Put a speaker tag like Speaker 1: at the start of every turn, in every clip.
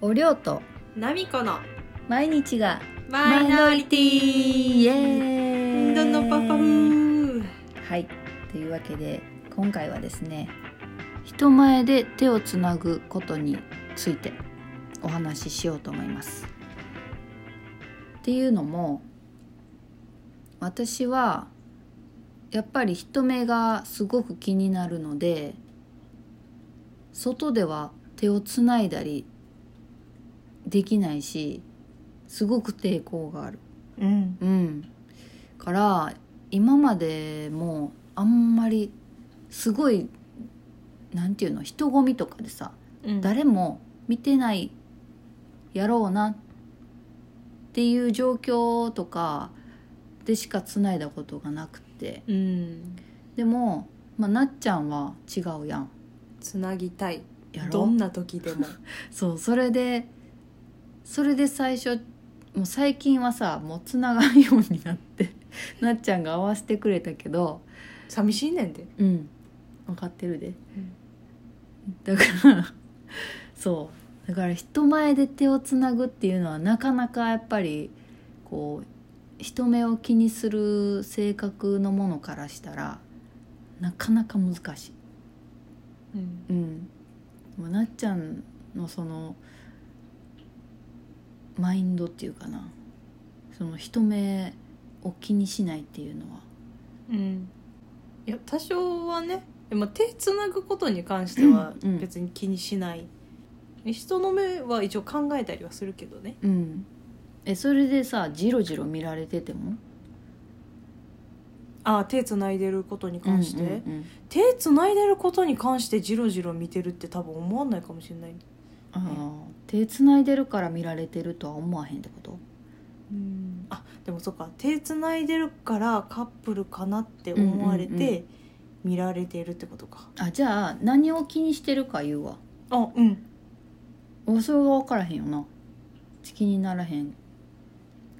Speaker 1: おりょうと
Speaker 2: ナミコの
Speaker 1: 毎日が
Speaker 2: マイノリティ
Speaker 1: イエーイ
Speaker 2: どんどんパフパフ
Speaker 1: はいというわけで今回はですね人前で手をつなぐことについてお話ししようと思います。っていうのも私はやっぱり人目がすごく気になるので外では手をつないだりできないしすごく抵抗がある。
Speaker 2: うん
Speaker 1: うん、から今までもあんまりすごいなんていうの人混みとかでさ、
Speaker 2: うん
Speaker 1: 誰も見てないやろうなっていう状況とかでしかつないだことがなくて
Speaker 2: うん
Speaker 1: でも、まあ、なっちゃんは違うやん
Speaker 2: つなぎたい
Speaker 1: やろ
Speaker 2: どんな時 でも
Speaker 1: そうそれでそれで最初もう最近はさもうつながんようになって なっちゃんが合わせてくれたけど
Speaker 2: 寂しいねんで
Speaker 1: うん分かってるで、だからそうだから人前で手をつなぐっていうのはなかなかやっぱりこう人目を気にする性格のものからしたらなかなか難しい。
Speaker 2: うん
Speaker 1: うん、でもなっちゃんのそのマインドっていうかなその人目を気にしないっていうのは、
Speaker 2: うんいや多少はねでも手つなぐことに関しては
Speaker 1: うんうん
Speaker 2: 別に気にしない、人の目は一応考えたりはするけどね
Speaker 1: うん、えそれでさジロジロ見られてても
Speaker 2: あ手つないでることに関して、
Speaker 1: うんうんうん
Speaker 2: 手つないでることに関してジロジロ見てるって多分思わないかもしれない
Speaker 1: あー手つないでるから見られてるとは思わへんってこと
Speaker 2: うんあでもそっか手つないでるからカップルかなって思われ
Speaker 1: うんうんう
Speaker 2: て見られてるってことか、
Speaker 1: あじゃあ何を気にしてるか言うわ
Speaker 2: あうん
Speaker 1: おそれが分からへんよな気にならへん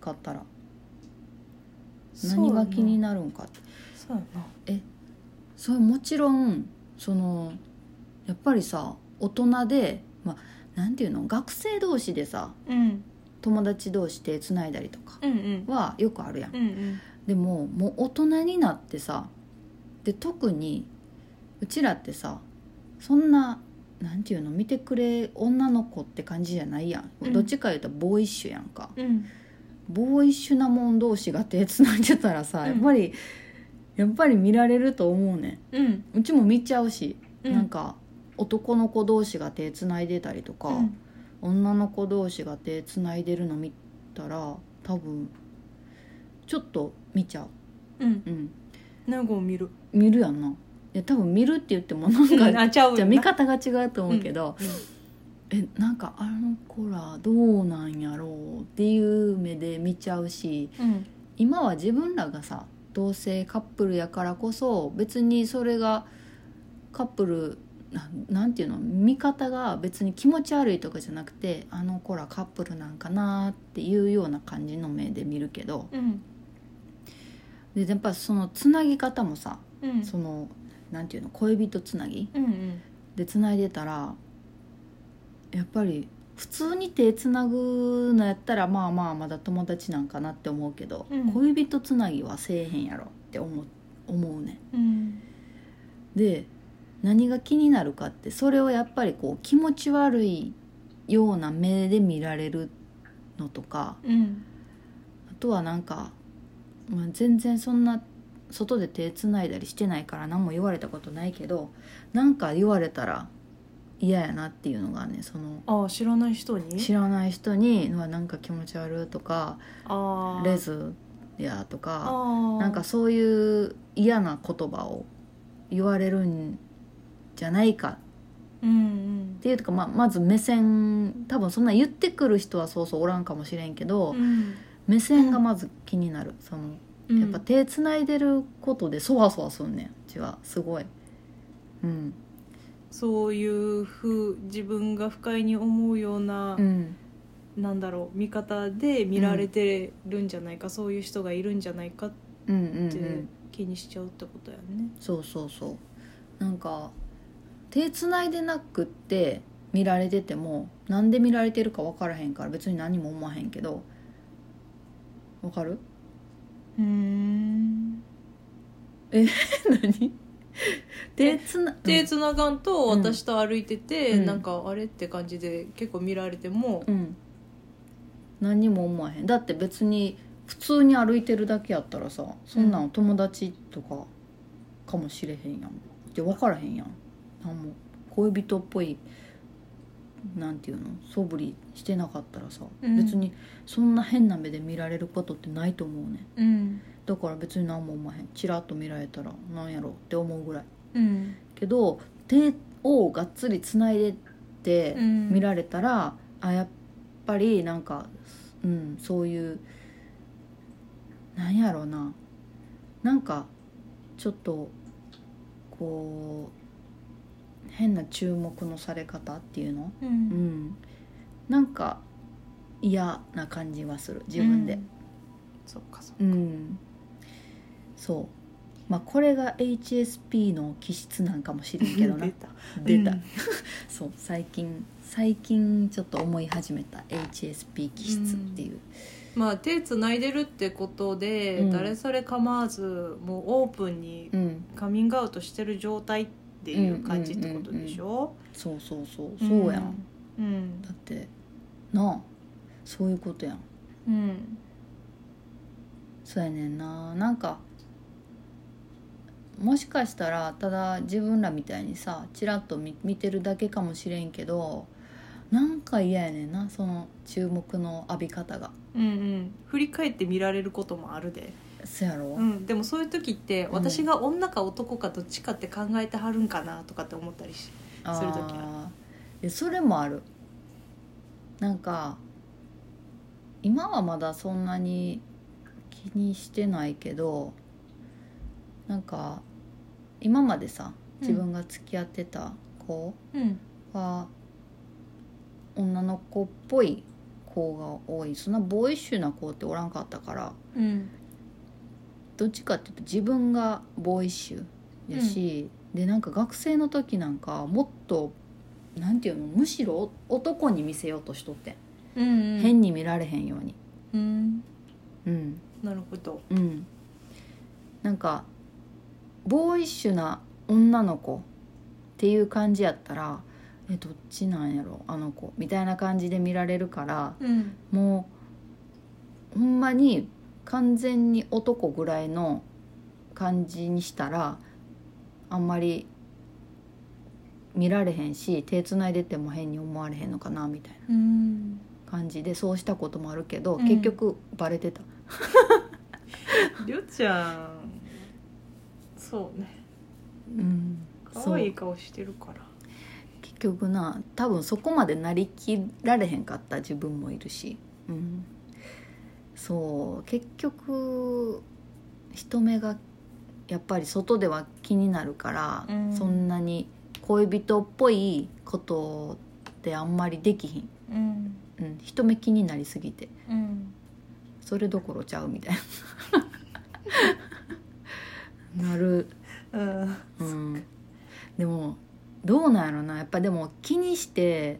Speaker 1: かったら何が気に
Speaker 2: な
Speaker 1: なるんかって
Speaker 2: そうやな
Speaker 1: それもちろんそのやっぱりさ大人で、まあ、なんていうの学生同士でさ
Speaker 2: そうやなうん
Speaker 1: 友達同士手つないだりとか
Speaker 2: うんうん
Speaker 1: はよくあるやん
Speaker 2: うんうん
Speaker 1: でももう大人になってさで特にうちらってさそんななんていうの見てくれ女の子って感じじゃないやん、
Speaker 2: うん
Speaker 1: どっちか言うとボーイッシュやんか
Speaker 2: うん
Speaker 1: ボーイッシュなもん同士が手つないでたらさ、
Speaker 2: うん
Speaker 1: やっぱりやっぱり見られると思うね
Speaker 2: うん
Speaker 1: んうちも見ちゃうし
Speaker 2: うん
Speaker 1: なんか男の子同士が手つないでたりとか、
Speaker 2: うん
Speaker 1: 女の子同士が手つないでるの見たら多分ちょっと見ちゃ
Speaker 2: うん
Speaker 1: う、うん、
Speaker 2: なんかを見る
Speaker 1: 見るやんないや多分見るって言ってもなん
Speaker 2: うん
Speaker 1: か
Speaker 2: あちゃうよな
Speaker 1: じゃあ見方が違うと思うけど、
Speaker 2: うん
Speaker 1: えなんかあの子らどうなんやろうっていう目で見ちゃうし
Speaker 2: うん
Speaker 1: 今は自分らがさ同性カップルやからこそ別にそれがカップルななんていうの見方が別に気持ち悪いとかじゃなくてあの子らカップルなんかなっていうような感じの目で見るけど
Speaker 2: うん
Speaker 1: でやっぱそのつなぎ方もさ
Speaker 2: うん
Speaker 1: そのなんていうの恋人つなぎ
Speaker 2: うんうん
Speaker 1: でつないでたらやっぱり普通に手つなぐのやったらまあまあまだ友達なんかなって思うけど、
Speaker 2: うん
Speaker 1: 恋人つなぎはせえへんやろって思う思うね
Speaker 2: うん
Speaker 1: で何が気になるかってそれをやっぱりこう気持ち悪いような目で見られるのとか
Speaker 2: うん
Speaker 1: あとはなんか、まあ、全然そんな外で手つないだりしてないから何も言われたことないけどなんか言われたら嫌やなっていうのがねその
Speaker 2: あ知らない人に
Speaker 1: 知らない人に「うわなんか気持ち悪い」とか「
Speaker 2: あー
Speaker 1: レズや」とか
Speaker 2: あー
Speaker 1: なんかそういう嫌な言葉を言われるんじゃないか
Speaker 2: うん
Speaker 1: っていうとか、まあ、まず目線多分そんな言ってくる人はそうそうおらんかもしれんけど、
Speaker 2: うん
Speaker 1: 目線がまず気になるその
Speaker 2: うん
Speaker 1: やっぱ手つないでることでそわそわすんねんうちはすごいうん
Speaker 2: そういうふう自分が不快に思うような、
Speaker 1: うん
Speaker 2: なんだろう見方で見られてるんじゃないか、そういう人がいるんじゃないかっ
Speaker 1: うんうんう
Speaker 2: て
Speaker 1: ん
Speaker 2: 気にしちゃうってことやね。
Speaker 1: そうそうそうなんか手つないでなくって見られててもなんで見られてるか分からへんから別に何も思わへんけどわか る
Speaker 2: うーん
Speaker 1: 何手つな
Speaker 2: 手つながんと
Speaker 1: うん
Speaker 2: 私と歩いてて、
Speaker 1: うん
Speaker 2: なんかあれって感じで結構見られても
Speaker 1: う、ん何にも思わへんだって別に普通に歩いてるだけやったらさそんなんお友達とかかもしれへんやんって分からへんやん何も恋人っぽいなんていうの素振りしてなかったらさ、
Speaker 2: うん
Speaker 1: 別にそんな変な目で見られることってないと思うね
Speaker 2: うん
Speaker 1: だから別に何も思わへんチラッと見られたらなんやろって思うぐらい
Speaker 2: うん
Speaker 1: けど手をがっつりつないでって、
Speaker 2: うん、
Speaker 1: 見られたらあやっぱりなんか、うん、そういうなんやろうななんかちょっとこう変な注目のされ方っていうの、
Speaker 2: う、
Speaker 1: うんん、なんか嫌な感じはする自分で
Speaker 2: う。んそっかそっか
Speaker 1: うん、そうまあこれが HSP の気質なんかもしれんけどな
Speaker 2: 出。た
Speaker 1: 出た、
Speaker 2: うん
Speaker 1: そう最近最近ちょっと思い始めた HSP 気質っていう、
Speaker 2: まあ手つないでるってことで、
Speaker 1: うん
Speaker 2: 誰それ構わずもうオープンに
Speaker 1: うん
Speaker 2: カミングアウトしてる状態っていう感じってことでしょ、
Speaker 1: そうそうそうそうやん、
Speaker 2: うん
Speaker 1: だってなあそういうことやん
Speaker 2: うん
Speaker 1: そうやねんななんかもしかしたらただ自分らみたいにさチラッと見見てるだけかもしれんけどなんか嫌やねんなその注目の浴び方が
Speaker 2: うんうん振り返って見られることもあるで、
Speaker 1: そやろ、
Speaker 2: うん、でもそういう時って
Speaker 1: ん
Speaker 2: 私が女か男かどっちかって考えてはるんかなとかって思ったりしする時ある
Speaker 1: あーえそれもあるなんか今はまだそんなに気にしてないけどなんか今までさ
Speaker 2: うん
Speaker 1: 自分が付き合ってた子
Speaker 2: うん
Speaker 1: は、女の子っぽい子が多いそんなボーイッシュな子っておらんかったから
Speaker 2: うん
Speaker 1: どっちかっていうと自分がボーイッシュやし、でなんか学生の時なんかもっとなんていうのむしろ男に見せようとしとって、
Speaker 2: うん
Speaker 1: ん、
Speaker 2: うん
Speaker 1: 変に見られへんように
Speaker 2: うん
Speaker 1: うん
Speaker 2: なるほど
Speaker 1: うんなんかボーイッシュな女の子っていう感じやったらえどっちなんやろあの子みたいな感じで見られるから
Speaker 2: うん
Speaker 1: もうほんまに完全に男ぐらいの感じにしたらあんまり見られへんし手つないでても変に思われへんのかなみたい
Speaker 2: うん
Speaker 1: な感じでそうしたこともあるけど、
Speaker 2: うん
Speaker 1: 結局バレてた
Speaker 2: りょうちゃんそうね
Speaker 1: うん
Speaker 2: 可愛い顔してるから
Speaker 1: 結局な多分そこまでなりきられへんかった自分もいるし、うん、そう結局人目がやっぱり外では気になるから、
Speaker 2: うん
Speaker 1: そんなに恋人っぽいことってあんまりできひん、
Speaker 2: うん
Speaker 1: うん、人目気になりすぎて
Speaker 2: うん
Speaker 1: それどころちゃうみたいななる
Speaker 2: うん
Speaker 1: うん、でもどうなんやろなやっぱでも気にして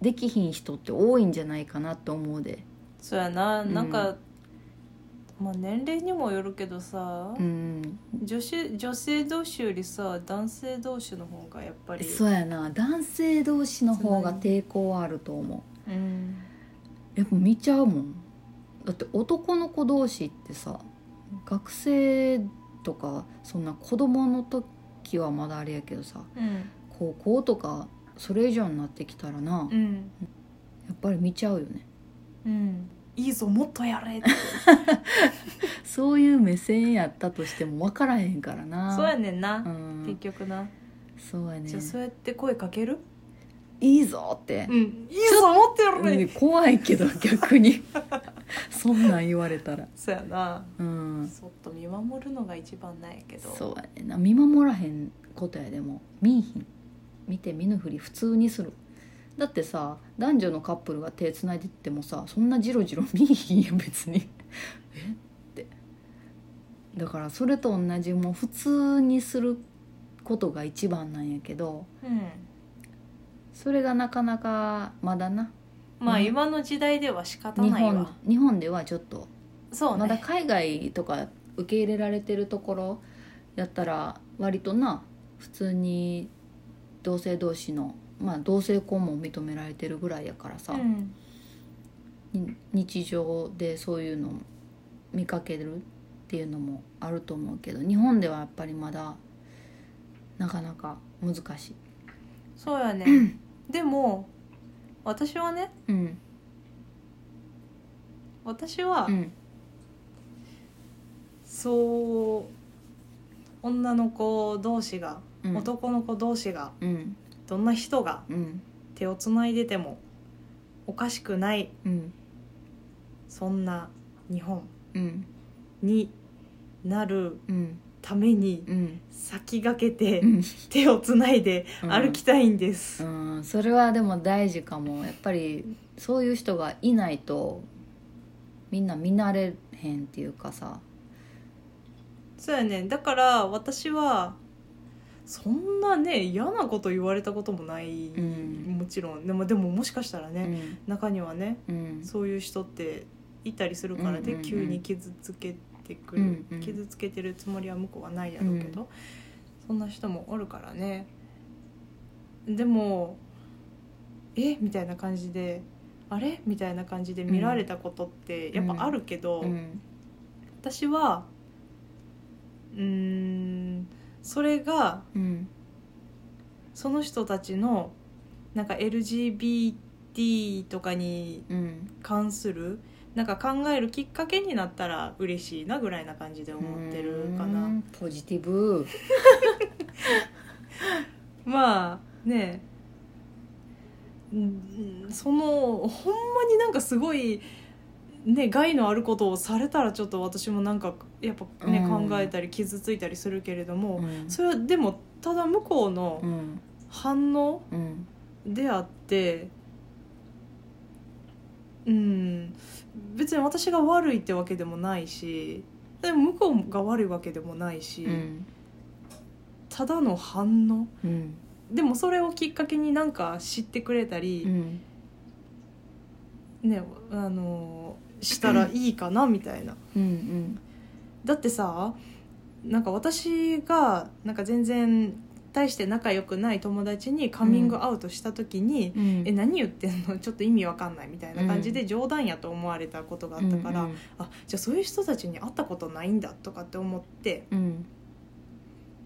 Speaker 1: できひん人って多いんじゃないかなと思うで
Speaker 2: そうやな
Speaker 1: うん
Speaker 2: なんか、まあ年齢にもよるけどさ、
Speaker 1: うん
Speaker 2: 女子女性同士よりさ男性同士の方がやっぱり
Speaker 1: そうやな男性同士の方が抵抗はあると思
Speaker 2: うん
Speaker 1: うやっぱ見ちゃうもんだって男の子同士ってさ学生とかそんな子供の時はまだあれやけどさ
Speaker 2: うん
Speaker 1: 高校とかそれ以上になってきたらな、
Speaker 2: う
Speaker 1: や
Speaker 2: ん、
Speaker 1: っぱり見ちゃうよね
Speaker 2: うん、いいぞもっとやれって
Speaker 1: そういう目線やったとしても分からへんからな
Speaker 2: そうやねんな
Speaker 1: う、
Speaker 2: 結
Speaker 1: ん
Speaker 2: 局な、
Speaker 1: そうやね
Speaker 2: じゃあそうやって声かける
Speaker 1: いいぞって、
Speaker 2: んいいぞもっとやれ、
Speaker 1: うん怖いけど逆に そんなん言われたら
Speaker 2: そうやな、
Speaker 1: うん
Speaker 2: そっと見守るのが一番なんやけど
Speaker 1: そうやねんな見守らへんことやでも見いひん見て見ぬふり普通にするだってさ男女のカップルが手つないでってもさそんなジロジロ見いひんやん別に えってだからそれと同じもう普通にすることが一番なんやけど
Speaker 2: うん
Speaker 1: それがなかなかまだな
Speaker 2: まあ、
Speaker 1: うん
Speaker 2: 今の時代では仕方
Speaker 1: 日
Speaker 2: ないわ
Speaker 1: 本日本ではちょっと、
Speaker 2: そうね、
Speaker 1: まだ海外とか受け入れられてるところやったら割とな普通に同性同士の、まあ、同性婚も認められてるぐらいやからさ、
Speaker 2: うん
Speaker 1: に日常でそういうのを見かけるっていうのもあると思うけど日本ではやっぱりまだなかなか難しい。
Speaker 2: そうやねでも私はね
Speaker 1: うん
Speaker 2: 私は、
Speaker 1: うん
Speaker 2: そう女の子同士が、
Speaker 1: うん
Speaker 2: 男の子同士が
Speaker 1: うん
Speaker 2: どんな人が
Speaker 1: うん
Speaker 2: 手をつないでてもおかしくない
Speaker 1: うん
Speaker 2: そんな日本
Speaker 1: うん
Speaker 2: になる
Speaker 1: うん
Speaker 2: ために
Speaker 1: うん
Speaker 2: 先駆けて
Speaker 1: うん
Speaker 2: 手をつないで
Speaker 1: うん
Speaker 2: 歩きたいんです、
Speaker 1: うんそれはでも大事かもやっぱりそういう人がいないとみんな見慣れへんっていうかさ
Speaker 2: そうやねだから私はそんなね嫌なこと言われたこともない、
Speaker 1: うん
Speaker 2: もちろんでもでももしかしたら
Speaker 1: う
Speaker 2: ね、
Speaker 1: ん
Speaker 2: 中にはね
Speaker 1: うん
Speaker 2: そういう人っていたりするから
Speaker 1: うん
Speaker 2: で、
Speaker 1: うんうん
Speaker 2: 急に傷つけてくる、
Speaker 1: うんうん
Speaker 2: 傷つけてるつもりは向こうはないやろうけど、そんな人もおるからねでも「えみたいな感じで「あれ?」みたいな感じで見られたことってやっぱあるけど、
Speaker 1: うん
Speaker 2: 私はうーんそれが
Speaker 1: うん
Speaker 2: その人たちのなんか LGBT とかに
Speaker 1: うん
Speaker 2: 関するなんか考えるきっかけになったら嬉しいなぐらいな感じで思ってるかな、
Speaker 1: うんポジティブ
Speaker 2: まあねうんそのほんまになんかすごいね害のあることをされたらちょっと私もなんかやっぱね、
Speaker 1: うん
Speaker 2: 考えたり傷ついたりするけれども、
Speaker 1: ん
Speaker 2: それはでもただ向こうの
Speaker 1: うん
Speaker 2: 反応、
Speaker 1: うん
Speaker 2: であってうん別に私が悪いってわけでもないしでも向こうが悪いわけでもないし、
Speaker 1: うん
Speaker 2: ただの反応
Speaker 1: うん
Speaker 2: でもそれをきっかけになんか知ってくれた
Speaker 1: う
Speaker 2: り、
Speaker 1: ん
Speaker 2: ねあのしたらいいかなみたいな。
Speaker 1: うん
Speaker 2: だってさなんか私がなんか全然大して仲良くない友達にカミングアウトした時に、
Speaker 1: うん
Speaker 2: え何言ってんのち ょっと意味わかんないみたいな感じで冗談やと思われたことがあったから、
Speaker 1: うん
Speaker 2: あじゃあそういう人たちに会ったことないんだとかって思って
Speaker 1: うん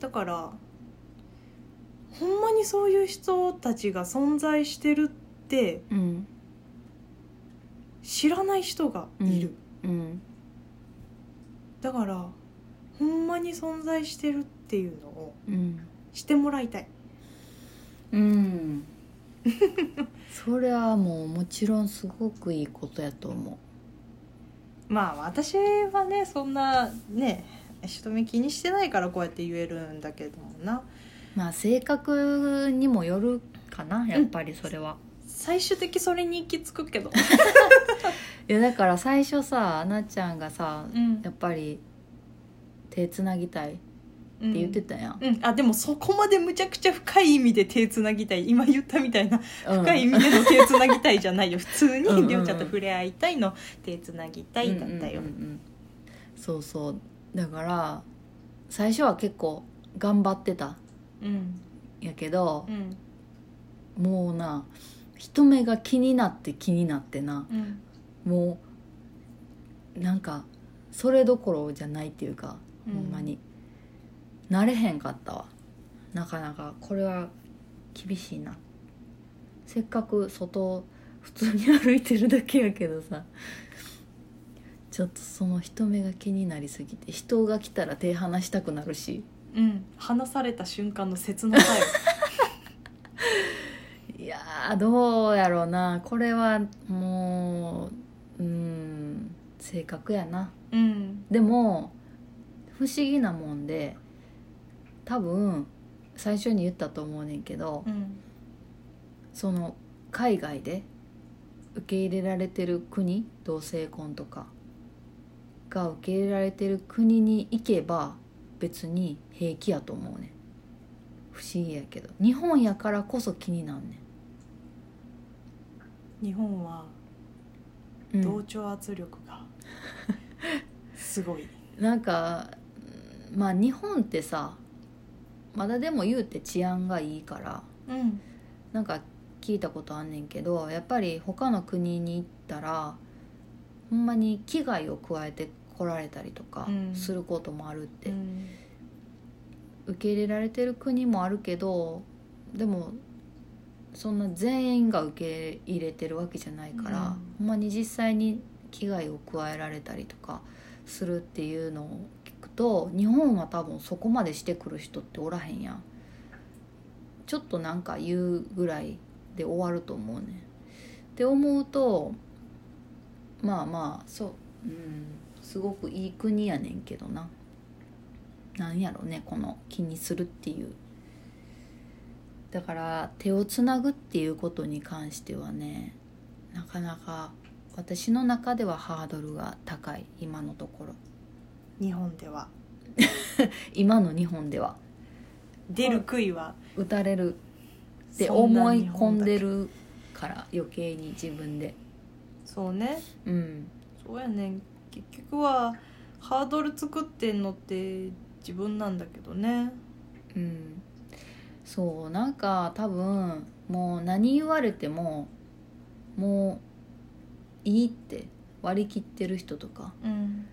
Speaker 2: だからほんまにそういう人たちが存在してるって
Speaker 1: うん
Speaker 2: 知らない人がいる、
Speaker 1: うん
Speaker 2: だからほんまに存在してるっていうのを
Speaker 1: うん
Speaker 2: してもらいたい
Speaker 1: うん それはもうもちろんすごくいいことやと思
Speaker 2: まあ私はねそんなね人目気にしてないからこうやって言えるんだけどもな
Speaker 1: うまあ性格にもよるかなやっぱりそれは、
Speaker 2: 最終的それに行き着くけど、
Speaker 1: いやだから最初さあなちゃんがさ
Speaker 2: うん
Speaker 1: やっぱり手つなぎたいって
Speaker 2: うん
Speaker 1: 言ってたやん、
Speaker 2: うん、あでもそこまでむちゃくちゃ深い意味で手つなぎたい今言ったみたいな
Speaker 1: うん
Speaker 2: 深い意味での手つなぎたいじ ゃないよ普通
Speaker 1: うんうんう
Speaker 2: に
Speaker 1: ん
Speaker 2: りょうちゃんと触れ合いたいの手つなぎたいだったよ
Speaker 1: うんうんうんうんそうそうだから最初は結構頑張ってたん
Speaker 2: うん
Speaker 1: やけど
Speaker 2: う、ん
Speaker 1: もうな人目が気になって気になってな
Speaker 2: うん
Speaker 1: もうなんかそれどころじゃないっていうか、
Speaker 2: うん
Speaker 1: ほんまになれへんかったわなかなかこれは厳しいなせっかく外普通に歩いてるだけやけどさちょっとその人目が気になりすぎて人が来たら手離したくなるし
Speaker 2: うん話された瞬間の切 なさよ
Speaker 1: いやーどうやろうなこれはもううん性格やな
Speaker 2: うん
Speaker 1: でも不思議なもんで多分最初に言ったと思うねんけど、
Speaker 2: うん
Speaker 1: その海外で受け入れられてる国同性婚とかが受け入れられてる国に行けば別に平気やと思うねん不思議やけど日本やからこそ気になんねん
Speaker 2: 日本は
Speaker 1: うん
Speaker 2: 同調圧力がすごい、
Speaker 1: なんかうんまあ日本ってさまだでも言うて治安がいいから
Speaker 2: うん
Speaker 1: なんか聞いたことあんねんけどやっぱり他の国に行ったらほんまに危害を加えて来られたりとか
Speaker 2: うん
Speaker 1: することもあるって、
Speaker 2: うん
Speaker 1: 受け入れられてる国もあるけどでもそんな全員が受け入れてるわけじゃないから、
Speaker 2: うん
Speaker 1: ほんまに実際に危害を加えられたりとかするっていうのを聞くと日本は多分そこまでしてくる人っておらへんやんちょっとなんか言うぐらいで終わると思うねんって思うとまあまあそう、うん、すごくいい国やねんけどななんやろねこの気にするっていうだから手をつなぐっていうことに関してはねなかなか私の中ではハードルが高い今のところ
Speaker 2: 日本では
Speaker 1: 今の日本では
Speaker 2: 出る杭は
Speaker 1: 打たれるって
Speaker 2: そな
Speaker 1: 思い
Speaker 2: 日
Speaker 1: 込
Speaker 2: 本
Speaker 1: ん
Speaker 2: だけ
Speaker 1: でるから余計に自分で
Speaker 2: そうね
Speaker 1: うん
Speaker 2: そうやねん結局はハードル作ってんのって自分なんだけどね
Speaker 1: うんそうなんか多分もう何言われてももういいって割り切ってる人とか
Speaker 2: うん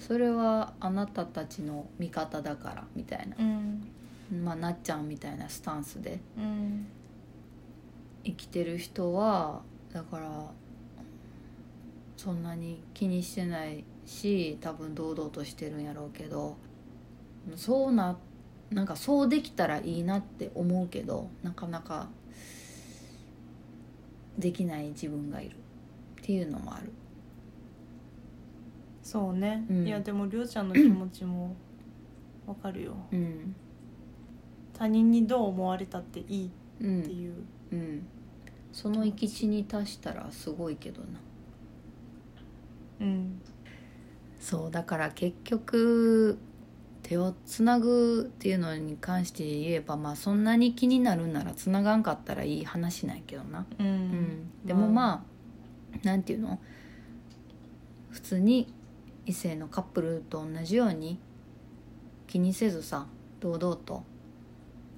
Speaker 1: それはあなたたちの味方だからみたいな、
Speaker 2: うん
Speaker 1: まあ、なっちゃんみたいなスタンスで
Speaker 2: うん
Speaker 1: 生きてる人はだからそんなに気にしてないし多分堂々としてるんやろうけどそうななんかそうできたらいいなって思うけどなかなかできない自分がいるっていうのもある
Speaker 2: そうね、
Speaker 1: うん
Speaker 2: いやでもりょうちゃんの気持ちもわかるよ
Speaker 1: うん
Speaker 2: 他人にどう思われたっていいっ
Speaker 1: う
Speaker 2: て
Speaker 1: ん
Speaker 2: いう、
Speaker 1: うんその行き地に達したらすごいけどな
Speaker 2: うん、
Speaker 1: そうだから結局手をつなぐっていうのに関して言えばまあそんなに気になるんならつながんかったらいい話なんやけどな、
Speaker 2: うん
Speaker 1: うん、でも
Speaker 2: あ
Speaker 1: まあなんていうの普通に異性のカップルと同じように気にせずさ堂々と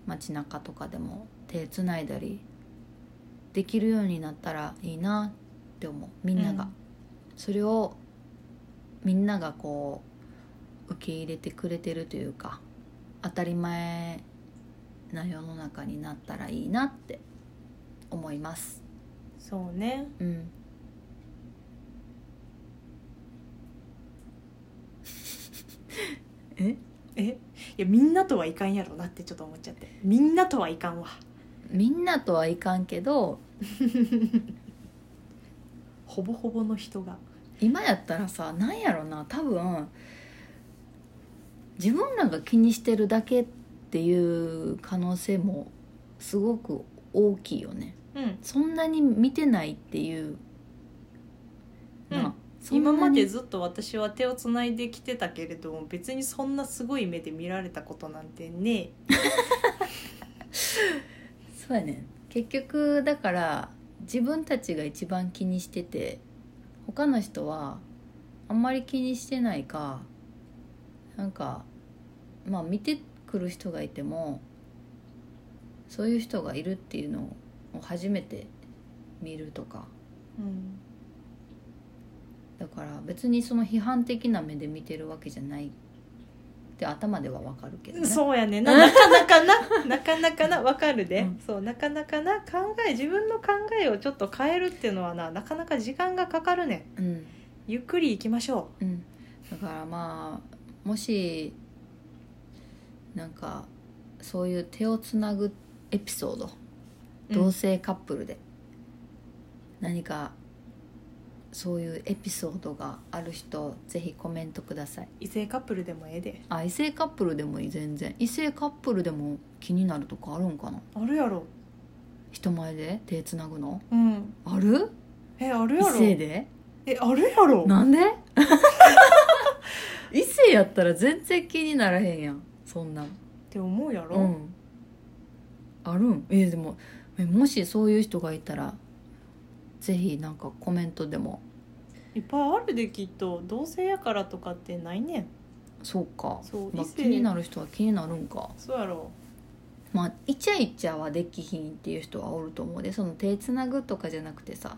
Speaker 1: 街中とかでも手つないだりできるようになったらいいなって思うみんなが。
Speaker 2: うん
Speaker 1: それをみんながこう受け入れてくれてるというか当たり前な世の中になったらいいなって思います
Speaker 2: そうね
Speaker 1: うん
Speaker 2: えいやみんなとはいかんやろなってちょっと思っちゃってみんなとはいかんわ
Speaker 1: みんなとはいかんけど
Speaker 2: ほぼほぼの人が
Speaker 1: 今やったらさなんやろな多分自分らが気にしてるだけっていう可能性もすごく大きいよね
Speaker 2: うん
Speaker 1: そんなに見てないっていう、
Speaker 2: うん
Speaker 1: なそんなに
Speaker 2: 今までずっと私は手をつないできてたけれども別にそんなすごい目で見られたことなんてね
Speaker 1: そうやねん結局だから自分たちが一番気にしてて他の人はあんまり気にしてないかなんかまあ見てくる人がいてもそういう人がいるっていうのを初めて見るとか
Speaker 2: うん
Speaker 1: だから別にその批判的な目で見てるわけじゃないって頭ではわかるけどね。
Speaker 2: そうやねななかなかななかなかなわかるで、
Speaker 1: うん
Speaker 2: そうなかなかな考え自分の考えをちょっと変えるっていうのはななかなか時間がかかるね
Speaker 1: うん
Speaker 2: んゆっくり行きましょ
Speaker 1: うん、だからまあもしなんかそういう手をつなぐエピソード、
Speaker 2: う
Speaker 1: 同性カップルで何かそういうエピソードがある人ぜひコメントください
Speaker 2: 異性カップルでもええで
Speaker 1: あ異性カップルでもいい全然異性カップルでも気になるとかあるんかな
Speaker 2: あるやろ
Speaker 1: 人前で手つなぐの
Speaker 2: うん
Speaker 1: ある
Speaker 2: えある
Speaker 1: 異
Speaker 2: や
Speaker 1: 性
Speaker 2: ろ
Speaker 1: で
Speaker 2: えあるやろ
Speaker 1: なん で異性やったら全然気にならへんやんそんなん
Speaker 2: って思うやろ、
Speaker 1: うん、あるんえでもえもしそういう人がいたらぜひなんかコメントでも
Speaker 2: いっぱいあるできっと同性やからとかってないねん
Speaker 1: そうか
Speaker 2: そう
Speaker 1: まあ
Speaker 2: 異性
Speaker 1: 気になる人は気になるんか
Speaker 2: そうやろ
Speaker 1: まあイチャイチャはできひんっていう人はおると思うでその手つなぐとかじゃなくてさ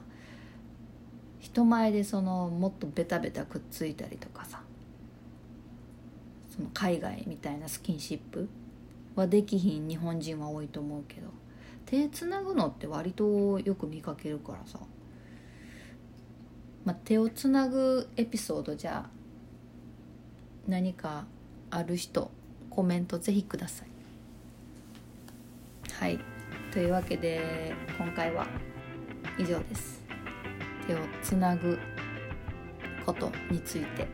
Speaker 1: 人前でそのもっとベタベタくっついたりとかさその海外みたいなスキンシップはできひん日本人は多いと思うけど手つなぐのって割とよく見かけるからさ、まあ、手をつなぐエピソードじゃあ何かある人コメントぜひください。はい、というわけで今回は以上です。手をつなぐことについて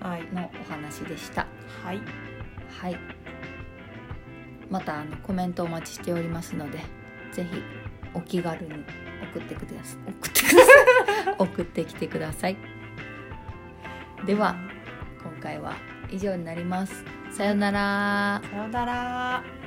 Speaker 2: はい
Speaker 1: のお話でした。
Speaker 2: はい
Speaker 1: はい。またあのコメントお待ちしておりますので、ぜひお気軽に送ってください。送ってください。送ってきてください。では今回は以上になります。さようなら。
Speaker 2: さよなら